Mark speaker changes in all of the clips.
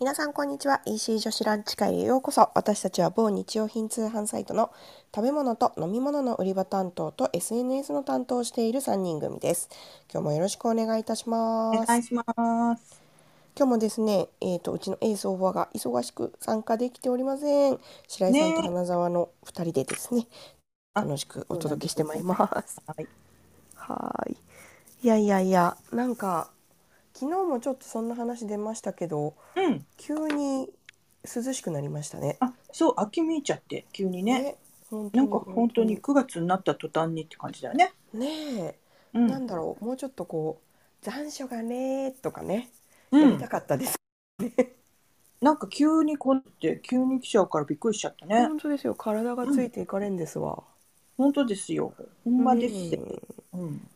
Speaker 1: 皆さんこんにちは EC 女子ランチ会へようこそ私たちは某日用品通販サイトの食べ物と飲み物の売り場担当と SNS の担当をしている3人組です今日もよろしくお願いいたし
Speaker 2: お
Speaker 1: ます
Speaker 2: 願いします。
Speaker 1: 今日もですね、えー、とうちのエース大場が忙しく参加できておりません白井さんと
Speaker 2: ねえ
Speaker 1: 花沢の2人でですね
Speaker 2: あ
Speaker 1: 楽しくお届けしてまいります
Speaker 2: はい。
Speaker 1: はーいいやいやいやなんか昨日もちょっとそんな話出ましたけど
Speaker 2: うん。
Speaker 1: 急に涼しくなりましたね
Speaker 2: あ、そう、秋めいちゃって、急にね。
Speaker 1: 本当
Speaker 2: なんか本当に9月になった途端にって感じだよね。
Speaker 1: ねえ、
Speaker 2: うん。
Speaker 1: なんだろうもうちょっとこう残暑がねとかね、
Speaker 2: う
Speaker 1: やり
Speaker 2: ん
Speaker 1: た。かったです、
Speaker 2: なんか急にこうやって、急に来ちゃうからびっくりしちゃったね。
Speaker 1: 本当ですよ体がついていかれんですわ、
Speaker 2: 本当ですよ。ほんまです
Speaker 1: う
Speaker 2: よ。
Speaker 1: ん
Speaker 2: うん。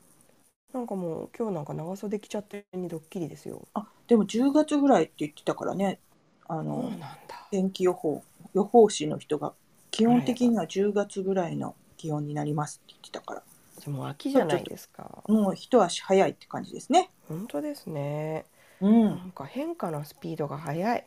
Speaker 1: なんかもう今日なんか長袖着ちゃってにドッキリですよ
Speaker 2: あ、でも10月ぐらいって言ってたからね。あ
Speaker 1: そう
Speaker 2: の
Speaker 1: なん、だ
Speaker 2: 天気予報、予報士の人が、基本的には10月ぐらいの気温になりますって言ってたから、
Speaker 1: でも秋じゃないですか
Speaker 2: もう一足早いって感じですね。
Speaker 1: 本当ですね
Speaker 2: う。
Speaker 1: なんんか変化のスピードが速い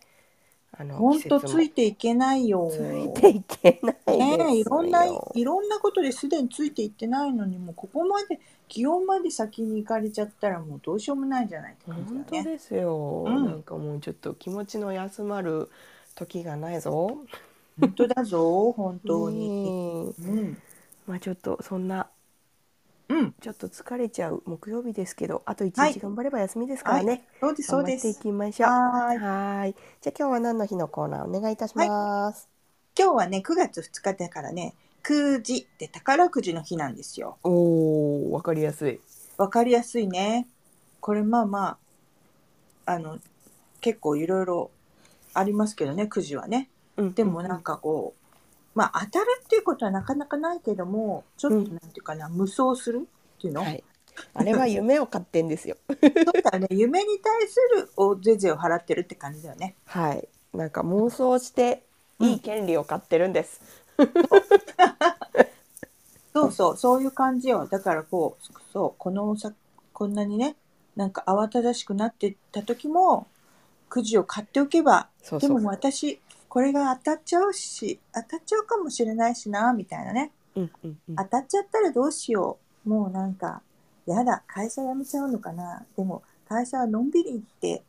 Speaker 1: あの
Speaker 2: 本
Speaker 1: 季
Speaker 2: 当
Speaker 1: 節も
Speaker 2: ついていけないよ。
Speaker 1: ついていけないですよ、
Speaker 2: ねえいろんないろんなことですでについていってないのにもうここまで気温まで先に行かれちゃったらもうどうしようもないんじゃないって感じ
Speaker 1: 本
Speaker 2: だよ
Speaker 1: 当
Speaker 2: ね。
Speaker 1: ですよ、
Speaker 2: うん
Speaker 1: なんかもうちょっと気持ちの休まる時がないぞ
Speaker 2: 本当だぞ本当に。
Speaker 1: ねえ
Speaker 2: うん
Speaker 1: まあちょっとそんな
Speaker 2: うん
Speaker 1: ちょっと疲れちゃう木曜日ですけどあと一
Speaker 2: はい
Speaker 1: 日頑張れば休みですからね、
Speaker 2: そうですそう
Speaker 1: 頑張
Speaker 2: で
Speaker 1: ってい
Speaker 2: す。
Speaker 1: きましょう
Speaker 2: はーい
Speaker 1: はいじゃあ今日は何の日のコーナーお願いいたします、
Speaker 2: 今日はね9月2日だからね9時って宝くじの日なんですよ。
Speaker 1: おーわかりやすい
Speaker 2: わかりやすいね。これまあまああの結構いろいろありますけどねくじはね。
Speaker 1: うん
Speaker 2: でもなんかこう、まあ当たるっていうことはなかなかないけどもちょっとなんていうかな、無双するっていうの、
Speaker 1: はいあれは夢を買ってん ですよ
Speaker 2: そうだね夢に対するおぜいぜいを払ってるって感じだよね。
Speaker 1: はいなんか妄想していい権利を買ってるんです、
Speaker 2: そうそうそういう感じよだからこうそうこのさこんなにねなんか慌ただしくなってった時もくじを買っておけば
Speaker 1: そう
Speaker 2: で
Speaker 1: そう
Speaker 2: も私これが当たっちゃうし当たっちゃうかもしれないしなみたいなね
Speaker 1: うんうんうん
Speaker 2: 当たっちゃったらどうしようもうなんかやだ会社辞めちゃうのかなでも会社はのんびり行って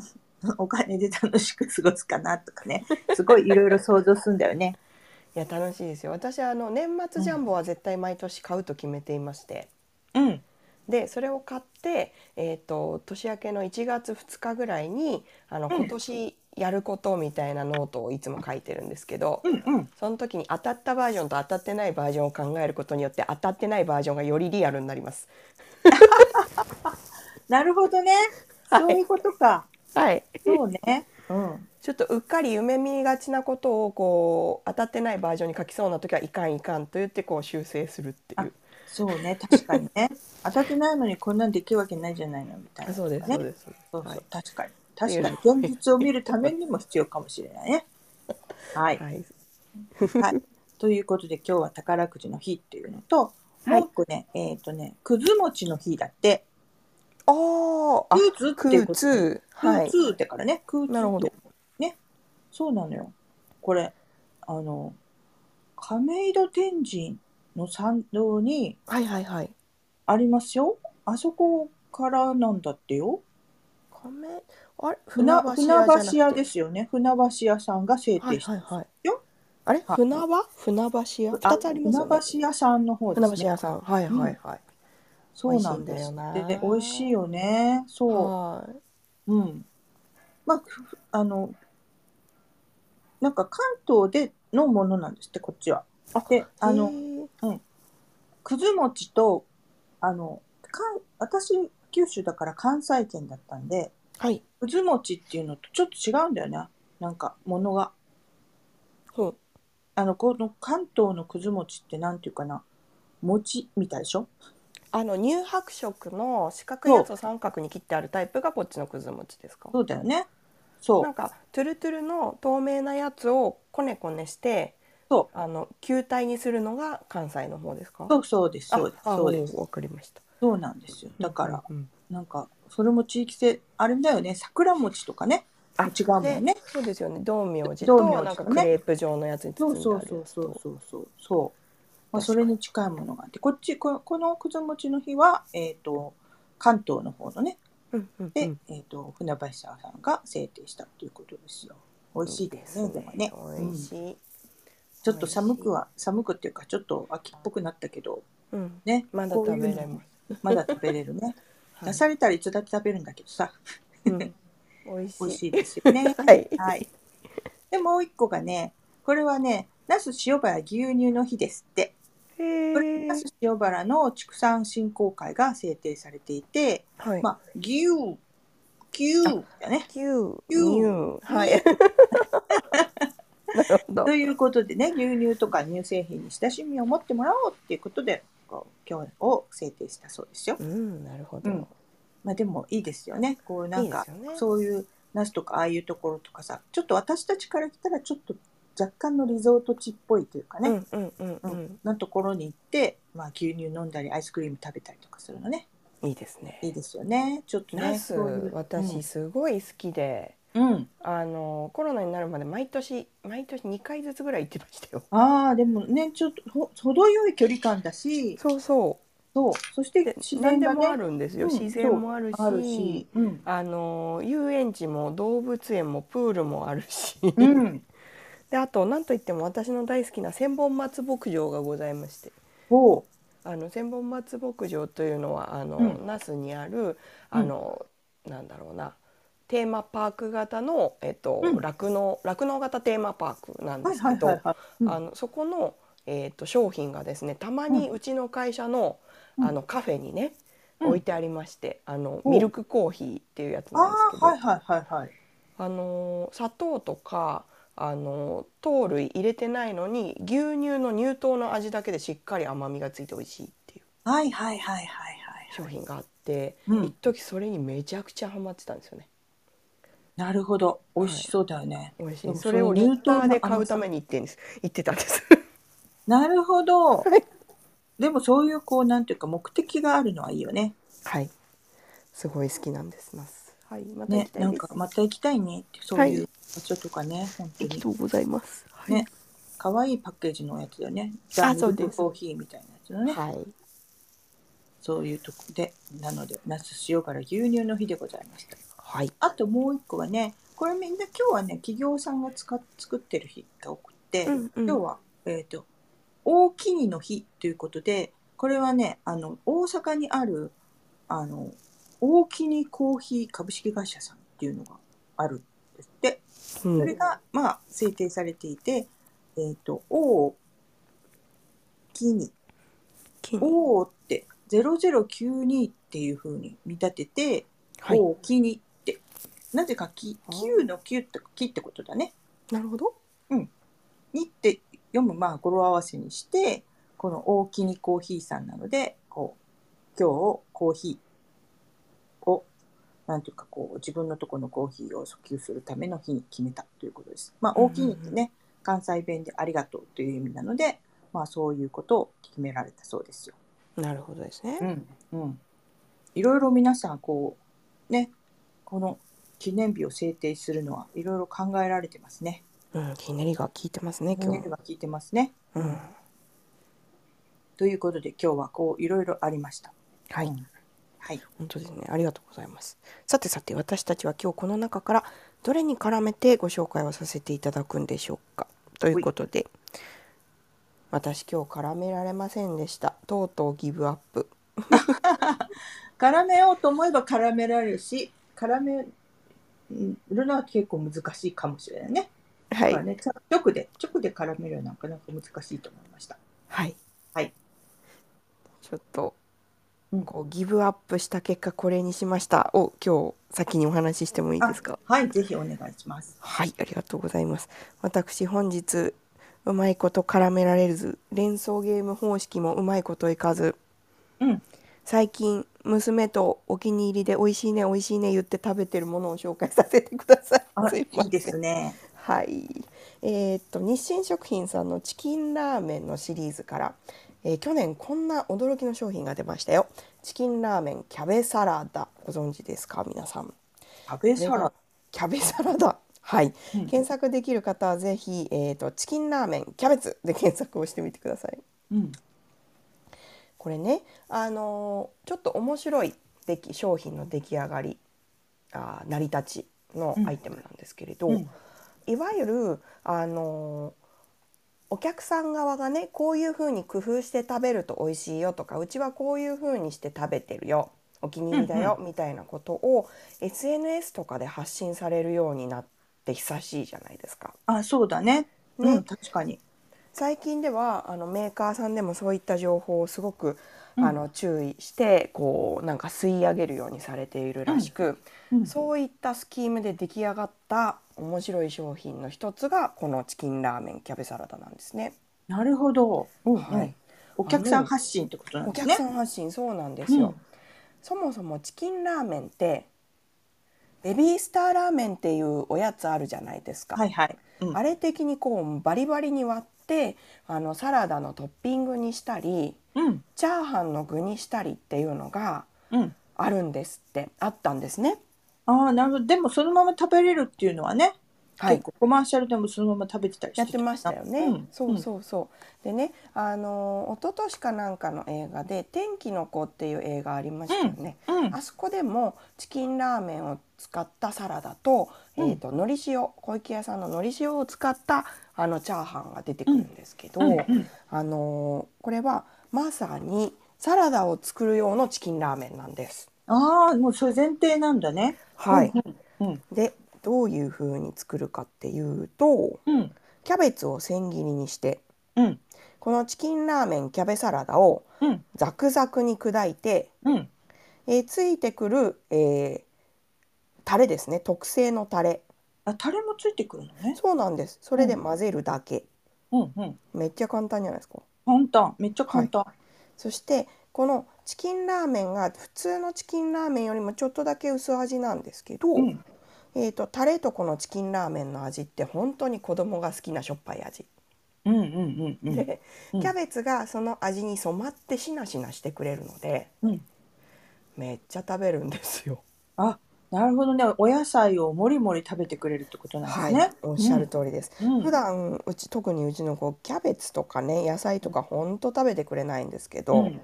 Speaker 2: お金で楽しく過ごすかなとかねすごいいろいろ想像するんだよね。
Speaker 1: いや楽しいですよ私はあの年末ジャンボは絶対毎年買うと決めていまして、
Speaker 2: うん、
Speaker 1: でそれを買って、えー、と年明けの1月2日ぐらいにあの
Speaker 2: うん
Speaker 1: 今年やることみたいなノートをいつも書いてるんですけど、
Speaker 2: うん、うん
Speaker 1: その時に当たったバージョンと当たってないバージョンを考えることによって当たってないバージョンがよりリアルになります。
Speaker 2: なるほどね
Speaker 1: はい
Speaker 2: そういうことか。
Speaker 1: はい
Speaker 2: そうね。うん、
Speaker 1: ちょっとうっかり夢見がちなことをこう当たってないバージョンに書きそうな時はいかんいかんと言ってこう修正するっていう
Speaker 2: そうね確かにね 当たってないのにこんなんできるわけないじゃないのみたいな、
Speaker 1: そうです
Speaker 2: ね
Speaker 1: そうです、
Speaker 2: そうそう
Speaker 1: はい
Speaker 2: 確かに確かに現実を見るためにも必要かもしれない ね。はい
Speaker 1: はい、
Speaker 2: はい、ということで今日は宝くじの日っていうのと、
Speaker 1: はい
Speaker 2: もう一個ねえっ、とねくず餅の日だって
Speaker 1: あーあ
Speaker 2: くずっ
Speaker 1: ク
Speaker 2: て
Speaker 1: ー
Speaker 2: こと
Speaker 1: ツーはい
Speaker 2: くずってからねくずって
Speaker 1: なるほど
Speaker 2: ねそうなのよこれあの亀戸天神の参道に
Speaker 1: はいはいはい
Speaker 2: ありますよあそこからなんだってよ
Speaker 1: 亀あれ
Speaker 2: 船
Speaker 1: 船
Speaker 2: 船
Speaker 1: 橋屋じゃなく
Speaker 2: 橋
Speaker 1: て
Speaker 2: 屋ですよね船橋屋さんが制定して、
Speaker 1: はいはいはい
Speaker 2: よ
Speaker 1: あれ
Speaker 2: はい
Speaker 1: 船場船橋屋
Speaker 2: あ
Speaker 1: 二つありますよね
Speaker 2: 船橋屋さんの方ですね
Speaker 1: 船橋屋さんはいはいはい、
Speaker 2: そうなんで
Speaker 1: 美味し
Speaker 2: す
Speaker 1: いんだ
Speaker 2: で
Speaker 1: よな
Speaker 2: 美味しいよねそ
Speaker 1: はいう
Speaker 2: うんまあふあのなんか関東でのものなんですってこっちは
Speaker 1: あ
Speaker 2: であ
Speaker 1: へ
Speaker 2: の
Speaker 1: ー
Speaker 2: くず餅とあのか私九州だから関西圏だったんで
Speaker 1: はい
Speaker 2: くず餅っていうのとちょっと違うんだよねなんかものが
Speaker 1: そう
Speaker 2: あのこの関東のくず餅ってなんていうかな餅みたいでしょ
Speaker 1: あの乳白色の四角いやつを三角に切ってあるタイプがこっちのくず餅ですか
Speaker 2: そうだよねそ
Speaker 1: なん
Speaker 2: う
Speaker 1: かトゥルトゥルの透明なやつをこねこねして
Speaker 2: そ
Speaker 1: あの球体にするのが関西の方ですか
Speaker 2: そうそうですそうです
Speaker 1: ああ
Speaker 2: そうです
Speaker 1: わかりました
Speaker 2: そうなんですよだから
Speaker 1: うんうん
Speaker 2: なんかそれも地域性あれだよね桜餅とかね
Speaker 1: あ
Speaker 2: 違うもんね。
Speaker 1: そうですよね道明寺
Speaker 2: 道
Speaker 1: と
Speaker 2: 明寺ね
Speaker 1: なんかクレープ状のやつに包
Speaker 2: そ
Speaker 1: ん
Speaker 2: う
Speaker 1: で
Speaker 2: そ
Speaker 1: ある
Speaker 2: うそう
Speaker 1: やつ
Speaker 2: そ
Speaker 1: と
Speaker 2: うそうそうそう。まあ、
Speaker 1: 確か
Speaker 2: そ
Speaker 1: に
Speaker 2: れに近いものがあって、こっち、ここのくず餅の日は、えっ、と、関東の方のね、
Speaker 1: うんうん
Speaker 2: で、
Speaker 1: うん
Speaker 2: えっ、と、船橋さんが制定したということですよ。美味しいですね、でもね。
Speaker 1: 美
Speaker 2: うん
Speaker 1: 味しい、
Speaker 2: ちょっと寒くは、寒くっていうか、ちょっと秋っぽくなったけど、
Speaker 1: うん、
Speaker 2: ね。
Speaker 1: まだ
Speaker 2: こうい
Speaker 1: 食
Speaker 2: う
Speaker 1: べ
Speaker 2: の
Speaker 1: れます
Speaker 2: まだ食べれるね。
Speaker 1: はい
Speaker 2: 出されたらいつだって食べるんだけ どさ、
Speaker 1: うん美味しい
Speaker 2: 美味しいですよね。
Speaker 1: はい
Speaker 2: はい。で、もう一個がね、これはね、那須塩原牛乳の日ですって。
Speaker 1: へ
Speaker 2: これ那須塩原の畜産振興会が制定されていて、
Speaker 1: はい、
Speaker 2: まあ、牛、牛だね。
Speaker 1: 牛乳
Speaker 2: 牛
Speaker 1: はい なるほど
Speaker 2: ということでね、牛乳とか乳製品に親しみを持ってもらおうっていうことで、こう今日を制定したそうですよ
Speaker 1: う。んなるほど、
Speaker 2: うんまあでもいいですよね。こうなんか
Speaker 1: いいですよね
Speaker 2: そういうナスとかああいうところとかさ、ちょっと私たちから来たらちょっと若干のリゾート地っぽいというかね、
Speaker 1: うんうんうんうん、
Speaker 2: なところに行って、まあ牛乳飲んだりアイスクリーム食べたりとかするのね、
Speaker 1: いいですね
Speaker 2: いいですよね。ちょっと
Speaker 1: ナ
Speaker 2: ね、
Speaker 1: ス
Speaker 2: そういう
Speaker 1: 私、すごい好きで、
Speaker 2: うん、うん
Speaker 1: あのコロナになるまで毎年毎年2回ずつぐらい行ってましたよ。
Speaker 2: ああでもねちょっとほ程よい距離感だし
Speaker 1: そうそ
Speaker 2: そうそし
Speaker 1: う。
Speaker 2: て
Speaker 1: で
Speaker 2: 自
Speaker 1: 何
Speaker 2: 然
Speaker 1: で
Speaker 2: がね
Speaker 1: もあるんですよ。
Speaker 2: うん
Speaker 1: 自然もあるし、
Speaker 2: あるし、うん
Speaker 1: あの遊園地も動物園もプールもあるし、
Speaker 2: うん、
Speaker 1: であと何といっても私の大好きな千本松牧場がございまして。
Speaker 2: ほ
Speaker 1: あの千本松牧場というのはあの、
Speaker 2: うん
Speaker 1: 那須にあるあの、なんだろうなテーマパーク型のえっと
Speaker 2: うん
Speaker 1: 酪農酪農型テーマパークなん
Speaker 2: う
Speaker 1: で
Speaker 2: はい
Speaker 1: す
Speaker 2: は
Speaker 1: け
Speaker 2: いはい
Speaker 1: ど
Speaker 2: はい、
Speaker 1: あのそこの、えっと商品がですねたまにうちの会社の,、
Speaker 2: うん
Speaker 1: あのカフェにね、
Speaker 2: うん
Speaker 1: 置いてありましてあの
Speaker 2: お
Speaker 1: ミルクコーヒーっていうやつ
Speaker 2: あ
Speaker 1: なんですけど
Speaker 2: あはいはいはいはい
Speaker 1: あの砂糖とかあの糖類入れてないのに牛乳の乳糖の味だけでしっかり甘みがついて美味しいっていう。
Speaker 2: はいはいはいはい
Speaker 1: 商品があって、
Speaker 2: うん
Speaker 1: 一時それにめちゃくちゃハマってたんですよね
Speaker 2: なるほど美味しそうだよね、
Speaker 1: 美味し
Speaker 2: で
Speaker 1: い
Speaker 2: も
Speaker 1: それを
Speaker 2: そ
Speaker 1: リ
Speaker 2: の
Speaker 1: ッ
Speaker 2: 乳糖
Speaker 1: タ
Speaker 2: の
Speaker 1: ーで買うために行ってんです行ってたんです
Speaker 2: なるほど、
Speaker 1: い
Speaker 2: でもそういうこうなんていうか目的があるのはいいよね
Speaker 1: はいすごい好きなんですますはいまた行
Speaker 2: ね
Speaker 1: きた
Speaker 2: ないん
Speaker 1: です、
Speaker 2: かまた行きたいねってそういう場所とかね、本
Speaker 1: あ
Speaker 2: 当
Speaker 1: りが
Speaker 2: に
Speaker 1: とうございますはい、
Speaker 2: ね可愛いパッケージのやつだよね
Speaker 1: あそうです
Speaker 2: ダークコーヒーみたいなやつのね
Speaker 1: はい
Speaker 2: そういうとこで、なので、那須塩原牛乳の日でございました。
Speaker 1: はい
Speaker 2: あともう一個はね、これみんな今日はね、企業さんが使っ作ってる日が多くて、
Speaker 1: うんうん
Speaker 2: 今日は、えっ、と、大きにの日ということで、これはね、あの、大阪にある、あの、大きにコーヒー株式会社さんっていうのがあるんですって、
Speaker 1: う
Speaker 2: そ
Speaker 1: ん
Speaker 2: れが、まあ、制定されていて、えっ、と、大きに
Speaker 1: 金
Speaker 2: おおって0092っていう風に見立てて、
Speaker 1: はい
Speaker 2: おおきにってなぜかき
Speaker 1: あー
Speaker 2: 9の9ってきってことだね
Speaker 1: なるほど
Speaker 2: にって読むまあ語呂合わせにしてこの大きにコーヒーさんなのでこう今日コーヒーをなんていうかこう自分のとこのコーヒーを訴求するための日に決めたということです。まあ
Speaker 1: うんうん
Speaker 2: 大きにってね関西弁でありがとうという意味なのでまあそういうことを決められたそうですよ。
Speaker 1: なるほどですね、
Speaker 2: うんうん、いろいろ皆さんこうねこの記念日を制定するのはいろいろ考えられてますね。
Speaker 1: うんひねりが効いてますね
Speaker 2: 記
Speaker 1: 今
Speaker 2: 念
Speaker 1: 日
Speaker 2: 日は聞いてますね。
Speaker 1: うん
Speaker 2: ということで今日はこういろいろありました。
Speaker 1: はい、
Speaker 2: うんはい。
Speaker 1: 本当ですねありがとうございますさてさて私たちは今日この中からどれに絡めてご紹介をさせていただくんでしょうかということで私今日絡められませんでしたとうとうギブアップ
Speaker 2: 絡めようと思えば絡められるし絡めるのは結構難しいかもしれないね。
Speaker 1: は
Speaker 2: だからね、ちょ直で直で絡めるのはなかなか難しいと思いました。
Speaker 1: はい、
Speaker 2: はい、
Speaker 1: ちょっと、
Speaker 2: うん
Speaker 1: こうギブアップした結果これにしましたを今日先にお話ししてもいいですか
Speaker 2: はいぜひお願いします。
Speaker 1: はい、ありがとうございます。私本日うまいこと絡められず、連想ゲーム方式もうまいこといかず、
Speaker 2: うん
Speaker 1: 最近娘とお気に入りで美味しいね美味しいね言って食べてるものを紹介させてください。
Speaker 2: あ
Speaker 1: す
Speaker 2: い
Speaker 1: いません
Speaker 2: いですね。
Speaker 1: はい。えーっと日清食品さんのチキンラーメンのシリーズから、えー去年こんな驚きの商品が出ましたよ。チキンラーメンキャベサラダご存知ですか皆さん。
Speaker 2: 食べサ
Speaker 1: これ
Speaker 2: ラ
Speaker 1: が
Speaker 2: ダ。
Speaker 1: キャベサラダ。はい。
Speaker 2: うん
Speaker 1: 検索できる方はぜひ、えーと、チキンラーメン、キャベツで検索をしてみてください。
Speaker 2: うん
Speaker 1: これね、あのーちょっと面白い出来商品の出来上がり、あー成り立ちのアイテムなんですけれど、
Speaker 2: うん
Speaker 1: いわゆる、あのーお客さん側がねこういう風に工夫して食べると美味しいよとかうちはこういう風にして食べてるよお気に入りだよ、みたいなことを SNS とかで発信されるようになって久しいじゃないですか。
Speaker 2: あそうだね
Speaker 1: ね
Speaker 2: うん確かに
Speaker 1: 最近ではあのメーカーさんでもそういった情報をすごく、
Speaker 2: うん
Speaker 1: あの注意してこうなんか吸い上げるようにされているらしく、
Speaker 2: うん
Speaker 1: そういったスキームで出来上がった面白い商品の一つがこのチキンラーメンキャベサラダなんですね。
Speaker 2: なるほど、うんうん
Speaker 1: はい
Speaker 2: お客さ
Speaker 1: あ
Speaker 2: ん
Speaker 1: の
Speaker 2: 発信ってことなん
Speaker 1: お
Speaker 2: です
Speaker 1: 客
Speaker 2: ね
Speaker 1: さん発信そうなんですよ、
Speaker 2: うん
Speaker 1: そもそもチキンラーメンってベビースターラーメンっていうおやつあるじゃないですか。
Speaker 2: はいはい、うん、
Speaker 1: あれ的にこうバリバリに割ってあのサラダのトッピングにしたり
Speaker 2: うん
Speaker 1: チャーハンの具にしたりっていうのが
Speaker 2: うん
Speaker 1: あるんですってあったんですね。
Speaker 2: ああなるほどでもそのまま食べれるっていうのはね、
Speaker 1: はい
Speaker 2: 結構コマーシャルでもそのまま食べてたり
Speaker 1: や
Speaker 2: し
Speaker 1: っててましたよね。
Speaker 2: うん
Speaker 1: そうそうそう。でね、あの一昨年かなんかの映画で天気の子っていう映画ありましたよね。
Speaker 2: うん、
Speaker 1: あそこでもチキンラーメンを使ったサラダと、
Speaker 2: うん
Speaker 1: えっ、と海苔塩小池屋さんの海苔塩を使ったあのチャーハンが出てくるんですけど、
Speaker 2: うんうん
Speaker 1: あのこれはまさにサラダを作る用のチキンラーメンなんです。
Speaker 2: ああもうそれ前提なんだね
Speaker 1: はい。
Speaker 2: うんうん
Speaker 1: でどういう風に作るかっていうと
Speaker 2: うん
Speaker 1: キャベツを千切りにして
Speaker 2: うん
Speaker 1: このチキンラーメンキャベサラダを
Speaker 2: うん
Speaker 1: ザクザクに砕いて、
Speaker 2: うん
Speaker 1: えーついてくる、えータレですね特製のタレ
Speaker 2: あタレもついてくるのね
Speaker 1: そうなんですそれで混ぜるだけ、
Speaker 2: うんうん
Speaker 1: めっちゃ簡単じゃないですか
Speaker 2: 簡単めっちゃ簡単、
Speaker 1: そしてこのチキンラーメンが普通のチキンラーメンよりもちょっとだけ薄味なんですけど、
Speaker 2: うん
Speaker 1: えー、とタレとこのチキンラーメンの味って本当に子供が好きなしょっぱい味
Speaker 2: うんうんうんうん
Speaker 1: で、
Speaker 2: うん
Speaker 1: キャベツがその味に染まってしなしなしてくれるので
Speaker 2: うん
Speaker 1: めっちゃ食べるんですよ。
Speaker 2: あなるほどねお野菜をもりもり食べてくれるってことなんですね、
Speaker 1: はい、おっしゃる通りです。
Speaker 2: うん、うん
Speaker 1: 普段うち特にうちの子キャベツとかね野菜とかほんと食べてくれないんですけど、
Speaker 2: うん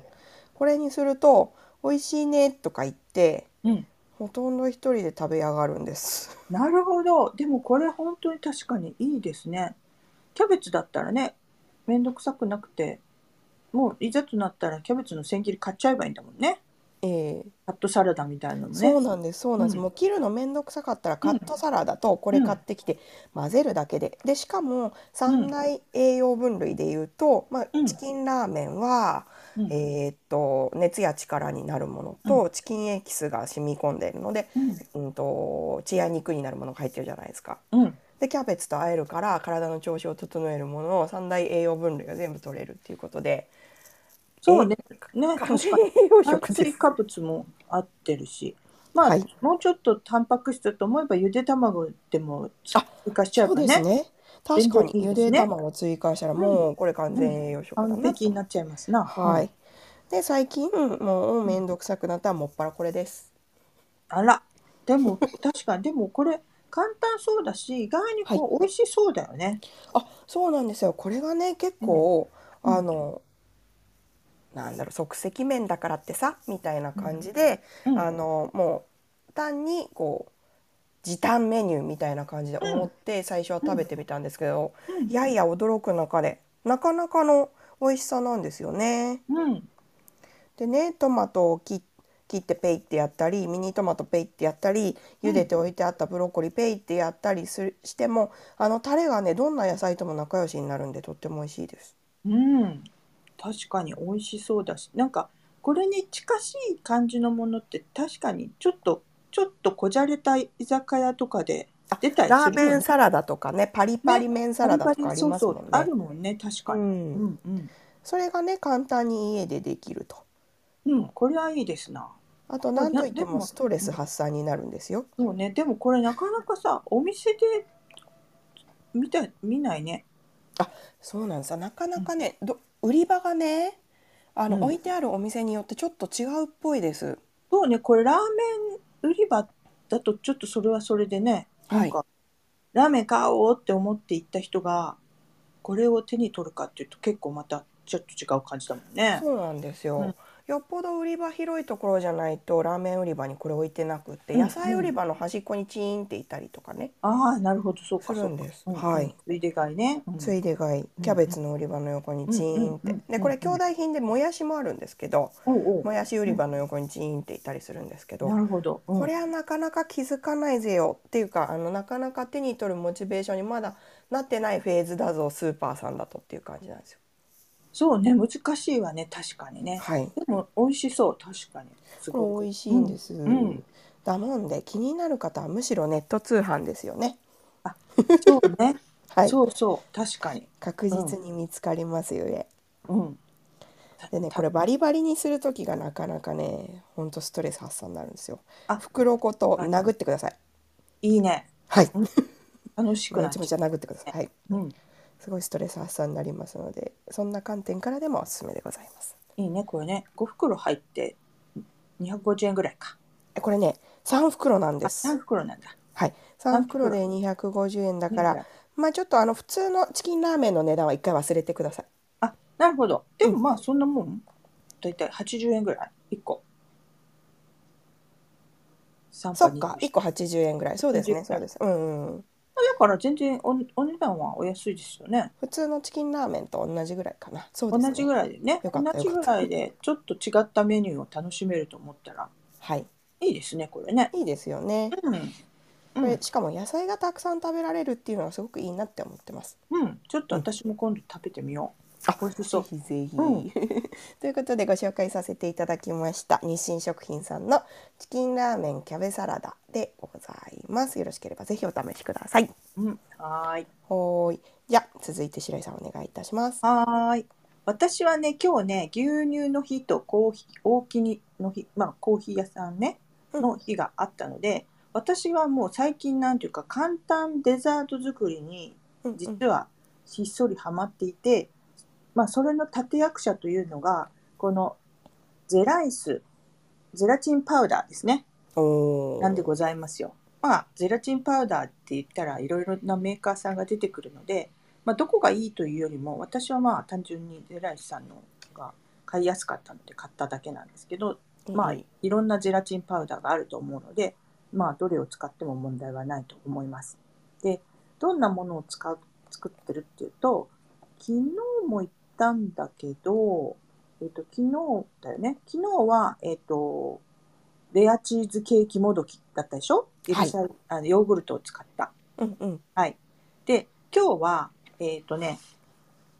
Speaker 1: これにすると「美味しいね」とか言って
Speaker 2: うん
Speaker 1: ほとんど一人で食べやがるんです。
Speaker 2: なるほど。でもこれ本当に確かにいいですね。キャベツだったらね、めんどくさくなくて、もういざとなったらキャベツの千切り買っちゃえばいいんだもんね。
Speaker 1: ええ
Speaker 2: カットサラダみたいなの ね。
Speaker 1: そうなんですそうなんです、
Speaker 2: うん
Speaker 1: もう切るの面倒くさかったらカットサラダとこれ買ってきて混ぜるだけででしかも三大栄養分類でいうと、ま
Speaker 2: う
Speaker 1: あ、
Speaker 2: ん
Speaker 1: チキンラーメンは、
Speaker 2: うん
Speaker 1: えーっと熱や力になるものと、チキンエキスが染み込んでいるので、うん、と血や肉になるものが入ってるじゃないですか。
Speaker 2: うん。うん。
Speaker 1: でキャベツと和えるから体の調子を整えるものを三大栄養分類が全部取れるっていうことで
Speaker 2: そうね。ね、
Speaker 1: 完
Speaker 2: 確
Speaker 1: 全
Speaker 2: かに。
Speaker 1: 栄養
Speaker 2: 炭
Speaker 1: 食で
Speaker 2: 水
Speaker 1: す。
Speaker 2: 化物も合ってるし。まあ、
Speaker 1: はい
Speaker 2: もうちょっとタンパク質と思えばゆで卵でも追加しちゃえ
Speaker 1: そう
Speaker 2: ばね
Speaker 1: ですね。確か
Speaker 2: 全然
Speaker 1: に
Speaker 2: いい
Speaker 1: ゆ
Speaker 2: で
Speaker 1: で
Speaker 2: すね
Speaker 1: 卵を追加したらもうこれ完全栄養食だ
Speaker 2: 完
Speaker 1: ね。
Speaker 2: 璧になっちゃいますな。
Speaker 1: は
Speaker 2: うん
Speaker 1: い。で最近もう面倒くさくなったらもっぱらこれです。
Speaker 2: あら、でも 確かにでもこれ簡単そうだし、意外にこう美味しそうだよね。
Speaker 1: あ、そうなんですよ。これがね、結構、
Speaker 2: うん
Speaker 1: あの、なんだろう、即席麺だからってさ、みたいな感じで、
Speaker 2: うん
Speaker 1: あの、もう、単に、こう、時短メニューみたいな感じで思って、最初は食べてみたんですけど、
Speaker 2: うん
Speaker 1: いやいや、驚く中で、なかなかの美味しさなんですよね。
Speaker 2: うん、
Speaker 1: でね、トマトを切っ切ってペイってやったり、ミニトマトペイってやったり、茹でておいてあったブロッコリーペイってやったりする、しても、あのタレがね、どんな野菜とも仲良しになるんでとっても美味しいです。
Speaker 2: うん、確かに美味しそうだし、なんかこれに近しい感じのものって確かにちょっとちょっとこじゃれた居酒屋とかで出たり
Speaker 1: ラ
Speaker 2: す
Speaker 1: ー
Speaker 2: るよ
Speaker 1: メン
Speaker 2: ね。
Speaker 1: サラダとかね、パリパリ麺サラダとかありますもん
Speaker 2: そう
Speaker 1: ね
Speaker 2: そう。あるもんね、確か
Speaker 1: う。
Speaker 2: に。うんんうん
Speaker 1: それがね、簡単に家でできると。
Speaker 2: うん、これはいいですな。
Speaker 1: あと、なんといって
Speaker 2: でも
Speaker 1: もストレス発散になるんですよ。
Speaker 2: そうね、でもこれなかなかさ、お店で見た見ないね。
Speaker 1: そうなんですよなかなかね、ど売り場がね、あの、
Speaker 2: うん
Speaker 1: 置いてあるお店によってちょっと違うっぽいです。
Speaker 2: そうね、これラーメン売り場だとちょっとそれはそれでね、
Speaker 1: は
Speaker 2: なん
Speaker 1: い
Speaker 2: か、ラーメン買おうって思って行った人が、これを手に取るかっていうと結構またちょっと違う感じだもんね。
Speaker 1: そうなんですよ、
Speaker 2: うん
Speaker 1: よっぽど売り場広いところじゃないとラーメン売り場にこれ置いてなくって
Speaker 2: うん
Speaker 1: 野菜売り場の端っこにチーンっていたりとかね、
Speaker 2: ああ、なるほど、そう
Speaker 1: す
Speaker 2: か、そ
Speaker 1: る
Speaker 2: うんか
Speaker 1: です。
Speaker 2: うん
Speaker 1: はい。
Speaker 2: ついで買いね。うん
Speaker 1: ついで買いキャベツの売り場の横にチーンって、
Speaker 2: うんうんうん
Speaker 1: でこれ兄弟品でもやしもあるんですけど
Speaker 2: おう
Speaker 1: もやし売り場の横にチーンっていたりするんですけ
Speaker 2: お
Speaker 1: ど
Speaker 2: う。なるほど。うん
Speaker 1: これはなかなか気づかないぜよっていうかあのなかなか手に取るモチベーションにまだなってないフェーズだぞスーパーさんだとっていう感じなんですよ。
Speaker 2: そうね、難しいわね、確かにね。
Speaker 1: はい、
Speaker 2: でも、美味しそう、確かに。すごく
Speaker 1: これ美味しいんです、
Speaker 2: うん
Speaker 1: だもんで気になる方はむしろネット通販ですよね。
Speaker 2: うんそうね、
Speaker 1: はい、
Speaker 2: そうそう、確かに。
Speaker 1: 確実に見つかりますよね。
Speaker 2: うん。
Speaker 1: でねこれバリバリにする時がなかなかねほんとストレス発散になるんですよ。
Speaker 2: あ
Speaker 1: 袋ごと殴ってください。
Speaker 2: いいね。
Speaker 1: はい、
Speaker 2: 楽しくな
Speaker 1: め
Speaker 2: っ
Speaker 1: ち
Speaker 2: ち
Speaker 1: ゃ
Speaker 2: ゃ
Speaker 1: めちゃ殴ってください。はい、
Speaker 2: う。うん。
Speaker 1: すごいストレス発散になりますのでそんな観点からでもおすすめでございます。
Speaker 2: いいね、これね。5袋入って250円ぐらいか。
Speaker 1: これね3袋なん
Speaker 2: あ、
Speaker 1: です
Speaker 2: 3袋なんだ。
Speaker 1: はい3袋で250円だから
Speaker 2: ね
Speaker 1: まあちょっとあの普通のチキンラーメンの値段は一回忘れてください
Speaker 2: あ、なるほど。でもまあ、そんなもん。だいたい80円ぐらい。1個。3
Speaker 1: そっか1個80円ぐらいそうですね
Speaker 2: 80
Speaker 1: そうですうんうん
Speaker 2: だから全然おお値段はお安いですよね。
Speaker 1: 普通のチキンラーメンと同じぐらいかなそう
Speaker 2: 同
Speaker 1: ですね
Speaker 2: じぐらいでね。
Speaker 1: よか
Speaker 2: 同
Speaker 1: った
Speaker 2: じぐらいで、ちょっと違ったメニューを楽しめると思ったら、
Speaker 1: はい
Speaker 2: いいですね、これね。
Speaker 1: いいですよね
Speaker 2: うん。
Speaker 1: こ
Speaker 2: うん
Speaker 1: れしかも野菜がたくさん食べられるっていうのはすごくいいなって思ってます
Speaker 2: うん、ちょっと私も今度食べてみよう。美味しそう
Speaker 1: ぜ。ひぜひ。
Speaker 2: うん
Speaker 1: ということでご紹介させていただきました日清食品さんのチキンラーメンキャベサラダでございます。よろしければぜひお試しください。
Speaker 2: うん、はーい。
Speaker 1: ほーい。じゃあ続いて白井さんお願いいたします。
Speaker 2: はーい。私はね、今日ね、牛乳の日とコーヒー、大きにの日、まあ、コーヒー屋さんね、
Speaker 1: うん
Speaker 2: の日があったので、私はもう最近なんていうか、簡単デザート作りに、
Speaker 1: うんうん
Speaker 2: 実はひっそりハマっていて、まあ、それの立役者というのが、このゼライス、ゼラチンパウダーですね。
Speaker 1: おー
Speaker 2: なんでございますよ。まあ、ゼラチンパウダーって言ったらいろいろなメーカーさんが出てくるので、まあ、どこがいいというよりも私はまあ単純にゼライスさんのが買いやすかったので買っただけなんですけど、まあ、いろんなゼラチンパウダーがあると思うので、まあ、どれを使っても問題はないと思います。でどんなものを使う作ってるっていうと昨日も言ったんだけど、えっと昨日だよね昨日は、えっとレアチーズケーキもどきだったでしょ、エビサイあのヨーグルトを使った。
Speaker 1: うんうん
Speaker 2: はい、で今日は、えっとね、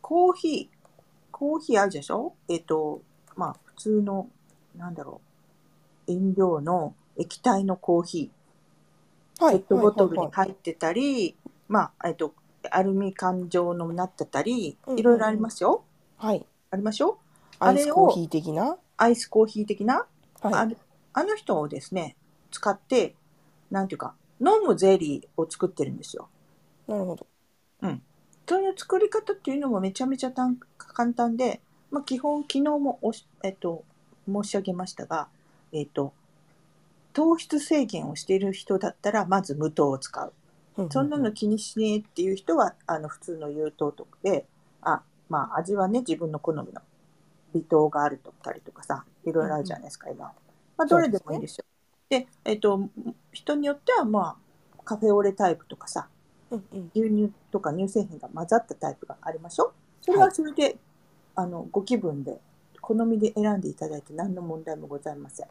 Speaker 2: コーヒーコーヒーあるでしょ、えっとまあ、普通のなんだろう飲料の液体のコーヒー。
Speaker 1: は
Speaker 2: ペ
Speaker 1: い
Speaker 2: ットボトル
Speaker 1: はい
Speaker 2: に入ってたり、まあ、えっと、アルミ環状のなってたり
Speaker 1: うんう、ん
Speaker 2: いろいろありますよ。
Speaker 1: はいはい
Speaker 2: ありますよ。
Speaker 1: ア
Speaker 2: あ
Speaker 1: イス
Speaker 2: れを
Speaker 1: コーヒー的な
Speaker 2: アイスコーヒー的な、あ
Speaker 1: はい
Speaker 2: れあの人をですね、使って、なんていうか、飲むゼリーを作ってるんですよ。
Speaker 1: なるほど
Speaker 2: その作り方っていうのもめちゃめちゃ単簡単で、まあ、基本昨日もおし、えっと、申し上げましたが、えっと、糖質制限をしている人だったら、まず無糖を使う。
Speaker 1: うう
Speaker 2: そんなの気にしねえっていう人は、あの、普通の有糖とかで、あ、まあ、味はね、自分の好みの微糖があるとったりとかさ、いろいろあるじゃないですか、今。まあ、どれでもいいですよ。で、えっと、人によっては、まあ、カフェオレタイプとかさ、
Speaker 1: うんうん
Speaker 2: 牛乳とか乳製品が混ざったタイプがありましょそれはそれで、あの、ご気分で、好みで選んでいただいて何の問題もございません。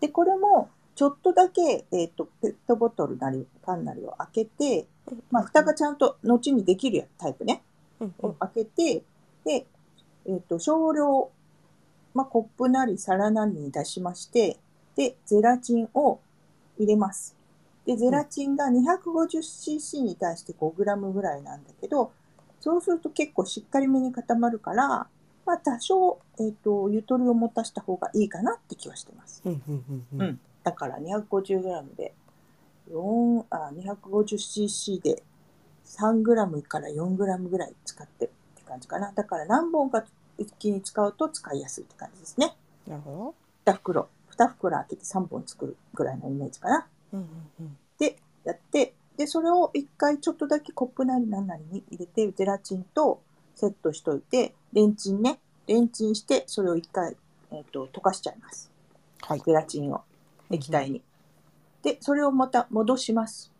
Speaker 2: で、これも、ちょっとだけ、えっ、と、ペットボトルなり、缶なりを開けて、まあ、蓋がちゃんと後にできるやタイプね、
Speaker 1: うんう
Speaker 2: を
Speaker 1: ん
Speaker 2: 開けて、で、えっ、と、少量、まあ、コップなり皿なりに出しまして、で、ゼラチンを入れます。で、ゼラチンが 250cc に対して 5g ぐらいなんだけど、そうすると結構しっかりめに固まるから、まあ、多少、えっ、と、ゆとりを持たした方がいいかなって気はしてます。
Speaker 1: うんうんうんう
Speaker 2: うんんだから 250g で4あ 250cc で 3g から 4g ぐらい使ってって感じかなだから何本か一気に使うと使いやすいって感じですね
Speaker 1: なるほ
Speaker 2: 2袋2袋開けて3本作るぐらいのイメージかな
Speaker 1: どうんうんうん
Speaker 2: でやっでそれを一回ちょっとだけコップなりなんなりに入れてゼラチンとセットしといてレンチンねレンチンしてそれを一回、えー、と溶かしちゃいます
Speaker 1: はい。
Speaker 2: ゼラチンを液体に、でそれをまた戻します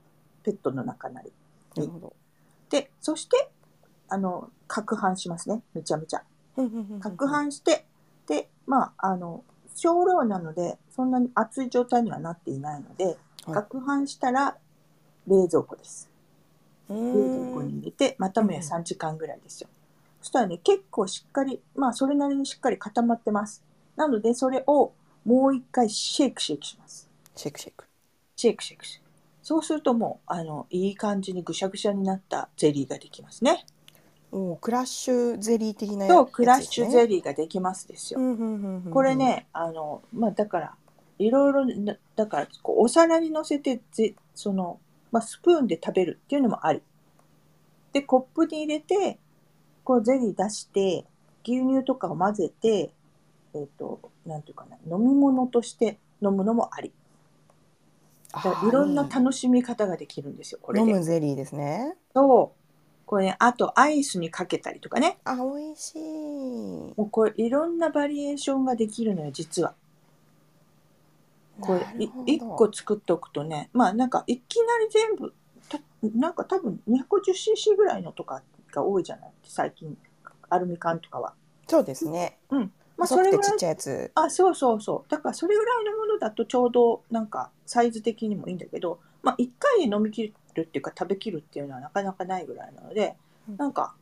Speaker 2: ペットの中なり
Speaker 1: なるほど。
Speaker 2: でそしてあの攪拌しますねめちゃめちゃ攪
Speaker 1: 各
Speaker 2: 拌して、でまああの少量なのでそんなに熱い状態にはなっていないので、
Speaker 1: はい
Speaker 2: 攪拌したら冷蔵庫です冷蔵庫に入れてまたもや
Speaker 1: うん
Speaker 2: 3時間ぐらいですよ、そしたらね結構しっかりまあそれなりにしっかり固まってますなのでそれをもう一回シェイクシェイクします
Speaker 1: シェイクシェイク。
Speaker 2: シェイクシェイクシェイクそうするともうあのいい感じにぐしゃぐしゃになったゼリーができますね
Speaker 1: おお、クラッシュゼリー的なやつです
Speaker 2: と
Speaker 1: ね。
Speaker 2: クラッシュゼリーができますですよ、
Speaker 1: うんうんうんうんうん
Speaker 2: これ。ね、あの、まあ、だから、いろいろな、だから、こうお皿に乗せて、ぜその、まあ、スプーンで食べるっていうのもあり。で、コップに入れて、こう、ゼリー出して、牛乳とかを混ぜて、えっ、と、なんていうかな、飲み物として飲むのもあり。だからいろん
Speaker 1: あ
Speaker 2: な楽しみ方ができるんですよ、こ
Speaker 1: ーいい
Speaker 2: れ
Speaker 1: 飲
Speaker 2: で
Speaker 1: む。ゼリーですね。
Speaker 2: そう。これ、ね、あと、アイスにかけたりとかね。
Speaker 1: あ、美味しい。
Speaker 2: もう、これ、いろんなバリエーションができるのよ、実は。これ
Speaker 1: なる
Speaker 2: い
Speaker 1: ほど
Speaker 2: 1個作っておくとねまあなんかいきなり全部たなんか多分 250cc ぐらいのとかが多いじゃない最近アルミ缶とかは。
Speaker 1: そうですね。
Speaker 2: まあ、そ
Speaker 1: 細くて
Speaker 2: れぐ
Speaker 1: ち
Speaker 2: ら
Speaker 1: っ
Speaker 2: い
Speaker 1: ちゃいやつ。
Speaker 2: あそうそうそうだからそれぐらいのものだとちょうどなんかサイズ的にもいいんだけど、まあ、1回で飲み切るっていうか食べきるっていうのはなかなかないぐらいなので
Speaker 1: うん
Speaker 2: なんか、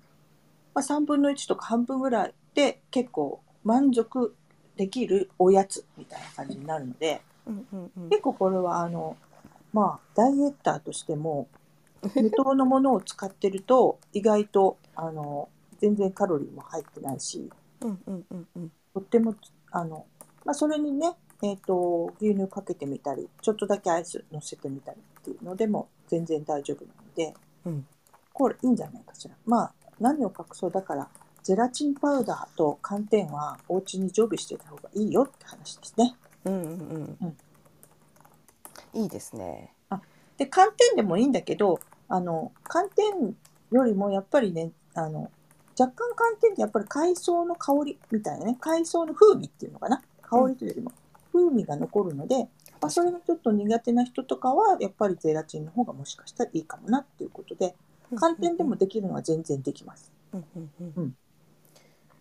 Speaker 2: まあ、3分の1とか半分ぐらいで結構満足できるおやつみたいな感じになるので。
Speaker 1: うんうんうん。
Speaker 2: 結構これはあのまあダイエッターとしても無糖のものを使ってると意外とあの全然カロリーも入ってないし
Speaker 1: うんうんうんうん。
Speaker 2: とってもあの、まあ、それにね、えー、と牛乳かけてみたりちょっとだけアイス乗せてみたりっていうのでも全然大丈夫なので、
Speaker 1: うん
Speaker 2: これいいんじゃないかしらまあ何を隠そうだからゼラチンパウダーと寒天はお家に常備してた方がいいよって話ですね。
Speaker 1: うんうんうん
Speaker 2: うん
Speaker 1: いいですね。
Speaker 2: で寒天でもいいんだけどあの寒天よりもやっぱりねあの若干寒天ってやっぱり海藻の香りみたいなね海藻の風味っていうのかな香りというよりも風味が残るので、まあ、それがちょっと苦手な人とかはやっぱりゼラチンの方がもしかしたらいいかもなっていうことで寒天でもできるのは全然できます。
Speaker 1: うんうんうん。
Speaker 2: うん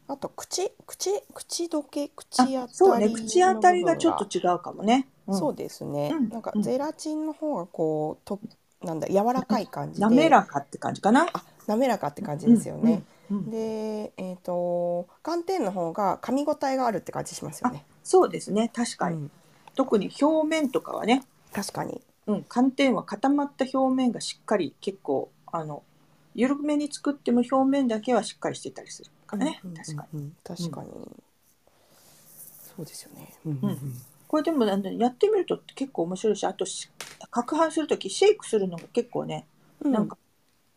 Speaker 1: あと口口口どけ口当たりの部分
Speaker 2: あそうね口当たりがちょっと違うかもね。うん
Speaker 1: そうですね、
Speaker 2: うん
Speaker 1: なんか
Speaker 2: うん
Speaker 1: ゼラチンの方がこうとなんだ柔らかい感じで
Speaker 2: 滑らかって感じかな。
Speaker 1: あ滑らかって感じですよね、
Speaker 2: うんうんうん
Speaker 1: でえっ、と寒天の方が噛み応えがあるって感じしますよね、
Speaker 2: そうですね確かに、
Speaker 1: うん
Speaker 2: 特に表面とかはね
Speaker 1: 確かに
Speaker 2: うん、寒天は固まった表面がしっかり結構あの緩めに作っても表面だけはしっかりしてたりするからね、確かに
Speaker 1: に、うん確かに、そうですよね、うん
Speaker 2: うんこれでもあのやってみると結構面白いしあとし攪拌する時シェイクするのが結構ね、なんか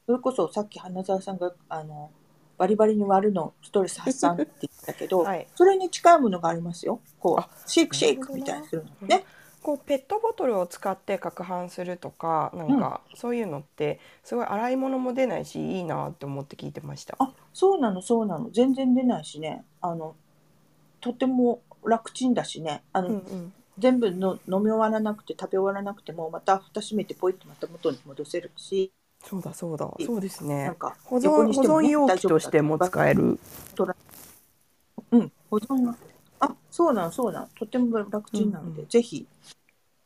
Speaker 2: それこそさっき花澤さんがあのバリバリに割るのストレス発散って言ったけど、
Speaker 1: はい
Speaker 2: それに近いものがありますよこ
Speaker 1: あ
Speaker 2: うシェイクシェイ
Speaker 1: なるほ
Speaker 2: ク
Speaker 1: ど
Speaker 2: み
Speaker 1: な
Speaker 2: たいにするの
Speaker 1: うん
Speaker 2: ね、
Speaker 1: こうペットボトルを使って攪拌するとかなんかそういうのってすごい洗い物も出ないしいいなって思って聞いてました。
Speaker 2: あそうなのそうなの全然出ないしねあのとても楽ちんだしねあの、
Speaker 1: うんうん
Speaker 2: 全部の飲み終わらなくて食べ終わらなくてもまた蓋閉めてポイってまた元に戻せるし
Speaker 1: そうだそうだそうですね
Speaker 2: なん。か
Speaker 1: 保
Speaker 2: 横
Speaker 1: 存
Speaker 2: に
Speaker 1: 保
Speaker 2: しても
Speaker 1: 存
Speaker 2: ね
Speaker 1: 容器としても
Speaker 2: 大丈夫だ
Speaker 1: 使える。
Speaker 2: うん保存はあそうなんそうなんとても楽ちんなので、
Speaker 1: うんう
Speaker 2: ぜひ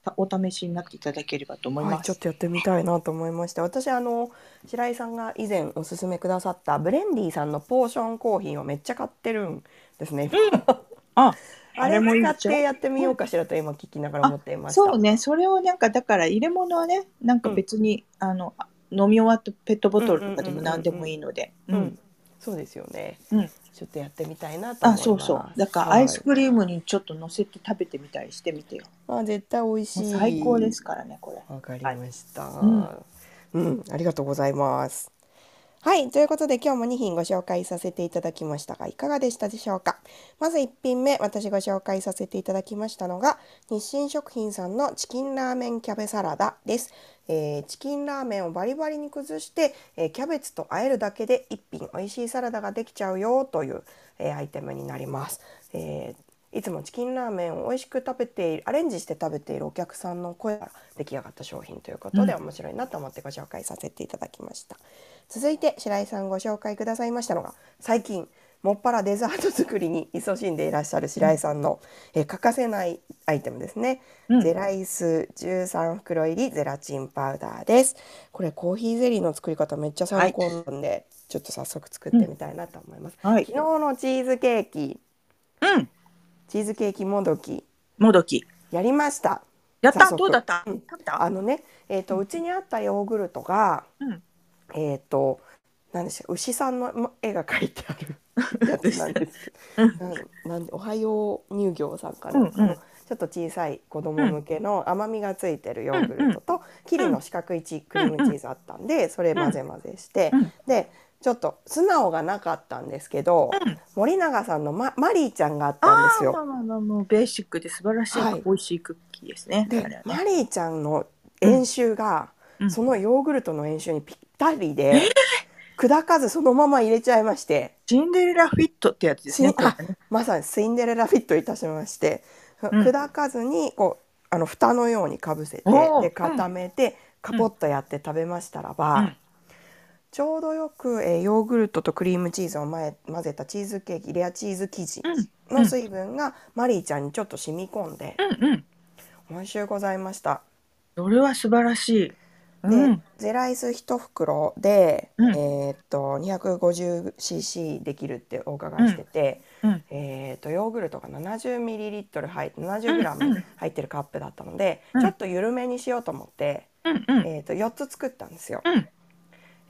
Speaker 2: たお試しになっていただければと思い
Speaker 1: はい
Speaker 2: ま、
Speaker 1: ち
Speaker 2: す、
Speaker 1: ょっとやってみたいなと思いました。私あの白井さんが以前おすすめくださったブレンディさんのポーションコーヒーをめっちゃ買ってるんですね。
Speaker 2: あ
Speaker 1: あ
Speaker 2: あ
Speaker 1: れ
Speaker 2: れ
Speaker 1: も
Speaker 2: もいい
Speaker 1: 使っ
Speaker 2: でしょ
Speaker 1: てやってみようかしらと今聞きながら思っていました。
Speaker 2: そうねそれをなんかだから入れ物はねなんか別に、あのあ飲み終わったペットボトルとかでも何でもいいので
Speaker 1: う
Speaker 2: うんん、
Speaker 1: そうですよね。
Speaker 2: うん
Speaker 1: ちょっとやってみたいなと思い
Speaker 2: あ
Speaker 1: ます。
Speaker 2: そうそうだからアイスクリームにちょっと乗せて食べてみたりしてみてよ
Speaker 1: はいあ絶対美味し
Speaker 2: もう
Speaker 1: い。
Speaker 2: 最高です。からねこれ。
Speaker 1: わかりました。
Speaker 2: い
Speaker 1: うん、ありがとうございます。はい。ということで今日も2品ご紹介させていただきましたが、いかがでしたでしょうかまず1品目、私ご紹介させていただきましたのが、日清食品さんのチキンラーメンキャベサラダです。えーチキンラーメンをバリバリに崩して、えーキャベツと和えるだけで1品美味しいサラダができちゃうよという、えーアイテムになります。えーいつもチキンラーメンを美味しく食べているアレンジして食べているお客さんの声から出来上がった商品ということで、
Speaker 2: うん
Speaker 1: 面白いなと思ってご紹介させていただきました続いて白井さんご紹介くださいましたのが最近もっぱらデザート作りに勤しんでいらっしゃる白井さんの、えー欠かせないアイテムですね、
Speaker 2: うん
Speaker 1: ゼライス13袋入りゼラチンパウダーですこれコーヒーゼリーの作り方めっちゃ参考なんで、ちょっと早速作ってみたいなと思います、
Speaker 2: はい。
Speaker 1: 昨日のチーズケーキ
Speaker 2: うん。
Speaker 1: チーズケーキもどき
Speaker 2: もどき。
Speaker 1: やりました
Speaker 2: や
Speaker 1: 早
Speaker 2: った
Speaker 1: 速
Speaker 2: どうだった
Speaker 1: うん
Speaker 2: 食べた
Speaker 1: あのねえっ、とうちにあったヨーグルトが、
Speaker 2: うん
Speaker 1: えっ、と何でした牛さんのま絵が描いてあるやつ なんですけ
Speaker 2: う
Speaker 1: どなんなんでおはよう乳業さんか
Speaker 2: う
Speaker 1: ら、
Speaker 2: んうん
Speaker 1: あのちょっと小さい子供向けの甘みがついてるヨーグルトと、キリの四角いチクリームチーズあったんで、それ混ぜ混ぜして、
Speaker 2: うん
Speaker 1: でちょっと素直がなかったんですけど、
Speaker 2: うん
Speaker 1: 森永さんのママリーちゃんがあったんで
Speaker 2: あ
Speaker 1: す
Speaker 2: あ
Speaker 1: よ
Speaker 2: ま。あまあまあもうベーシックで素晴らしい、
Speaker 1: はい
Speaker 2: 美味しいクッキーですね。あれ
Speaker 1: で
Speaker 2: はね
Speaker 1: マリーちゃんの演習が、
Speaker 2: うん
Speaker 1: そのヨーグルトの演習にぴったりで、砕かずそのまま入れちゃいまして
Speaker 2: シンデレラフィットってやつですね。
Speaker 1: シン
Speaker 2: これね
Speaker 1: まさにシンデレラフィットいたしまして、
Speaker 2: ん
Speaker 1: 砕かずにこうあの蓋のようにかぶせて
Speaker 2: おー
Speaker 1: で固めて、カポッとやって食べましたらば、
Speaker 2: うん
Speaker 1: ちょうどよく、えーヨーグルトとクリームチーズを前混ぜたチーズケーキレアチーズ生地
Speaker 2: う
Speaker 1: の
Speaker 2: ん
Speaker 1: 水分がマリーちゃんにちょっと染み込んで、
Speaker 2: うんうん。
Speaker 1: 美味しゅうございました。
Speaker 2: それは素晴らしい。
Speaker 1: で、
Speaker 2: うん。
Speaker 1: ゼライス1袋で、
Speaker 2: うん
Speaker 1: えーっと 250cc できるってお伺いしてて、
Speaker 2: うん
Speaker 1: えーっとヨーグルトが 70ml 入っ
Speaker 2: うんうん
Speaker 1: 70g 入ってるカップだったので、
Speaker 2: うん
Speaker 1: ちょっと緩めにしようと思って、
Speaker 2: うんうん。
Speaker 1: えーっと4つ作ったんですよ。
Speaker 2: うん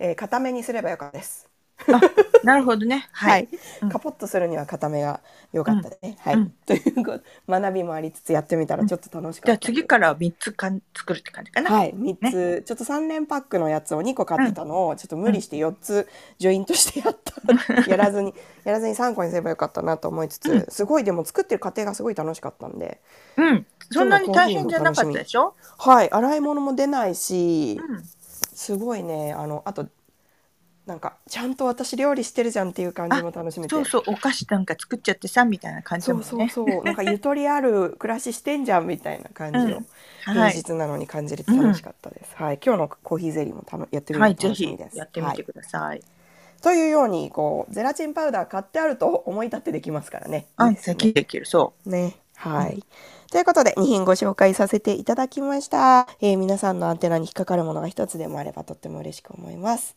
Speaker 1: えー固めにすればよかったです。
Speaker 2: なるほどね。はい。うん
Speaker 1: カポッとするには固めが良かったですね。はい。
Speaker 2: うん
Speaker 1: ということ学びもありつつやってみたらちょっと楽しかった
Speaker 2: じゃあ
Speaker 1: んで
Speaker 2: 次からは三つかん作るって感じかな。
Speaker 1: はい、三つ、ちょっと三連パックのやつを二個買ってたのを、ちょっと無理して四つジョイントしてや った。やらずに、やらずに三個にすればよかったなと思いつつ、
Speaker 2: うん
Speaker 1: すごいでも作ってる過程がすごい楽しかったんで。
Speaker 2: うん。そんなに大変じゃなかったでしょ。
Speaker 1: はい、洗い物も出ないし
Speaker 2: う、ん。
Speaker 1: すごいね、あの、あと。なんか、ちゃんと私料理してるじゃんっていう感じも楽しめて。
Speaker 2: そうそうお菓子なんか作っちゃってさみたいな感じだ
Speaker 1: そ
Speaker 2: も
Speaker 1: うんそう
Speaker 2: ね。
Speaker 1: そうなんかゆとりある暮らししてんじゃんみたいな感じを
Speaker 2: うんは
Speaker 1: 平
Speaker 2: い。
Speaker 1: 日なのに感じれて楽しかったです。はい、今日のコーヒーゼリーもたのやってみる
Speaker 2: は
Speaker 1: の
Speaker 2: い、ぜ
Speaker 1: 楽しみ
Speaker 2: ひ
Speaker 1: です。
Speaker 2: やってみ
Speaker 1: はい
Speaker 2: てください。
Speaker 1: というようにこうゼラチンパウダー買ってあると思い立ってできますからね。いい
Speaker 2: あ、
Speaker 1: ですね
Speaker 2: 先できる。そ
Speaker 1: ね。はい、ということで2品ご紹介させていただきました、えー皆さんのアンテナに引っかかるものが一つでもあればとっても嬉しく思います。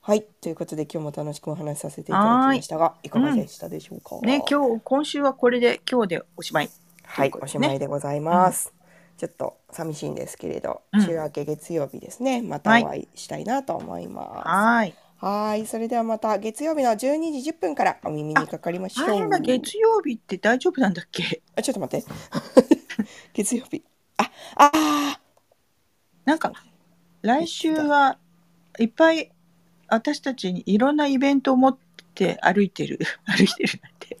Speaker 1: はいということで今日も楽しくお話しさせていただきましたがいかがでしたでしょうか、
Speaker 2: う。ね、今日今週はこれで今日でおしまい。
Speaker 1: はい、
Speaker 2: ということ
Speaker 1: お
Speaker 2: で
Speaker 1: し
Speaker 2: ね
Speaker 1: まいでございます。ちょっと寂しいんですけれど、
Speaker 2: うん
Speaker 1: 週明け月曜日ですねまたお会いしたいなと思います。
Speaker 2: はーい。
Speaker 1: はい、それではまた月曜日の12時10分からお耳にかかりましょう。
Speaker 2: 大変だ月曜日って大丈夫なんだっけ？
Speaker 1: あ、ちょっと待って。 月曜日。あ、ああ
Speaker 2: なんか来週はいっぱい私たちにいろんなイベントを持って歩いてる 歩いてるなんて。
Speaker 1: ー、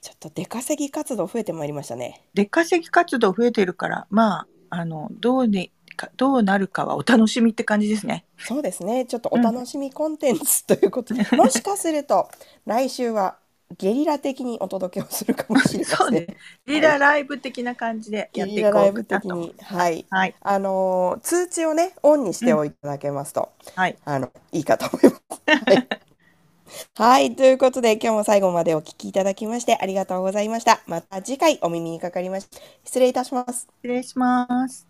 Speaker 1: ちょっと出稼ぎ活動増えてまいりましたね。
Speaker 2: 出稼ぎ活動増えてるからまああのどうにかどうなるかはお楽しみって感じですね。
Speaker 1: そうですね。ちょっとお楽しみコンテンツという ことで、もしかすると来週はゲリラ的にお届けをするかもしれません。
Speaker 2: そうねリーダーライブ的な感じで
Speaker 1: ゲ
Speaker 2: やって
Speaker 1: リ
Speaker 2: い
Speaker 1: ラ
Speaker 2: こ
Speaker 1: ライ
Speaker 2: う
Speaker 1: ブ
Speaker 2: かな
Speaker 1: 的
Speaker 2: と。
Speaker 1: に、はい。
Speaker 2: はい
Speaker 1: あのー通知をねオンにしておいていただけますと、
Speaker 2: はい。
Speaker 1: あのいいかと思います。はいはい、ということで今日も最後までお聞きいただきましてありがとうございました。また次回お耳にかかりましょう失礼いたします。
Speaker 2: 失礼します。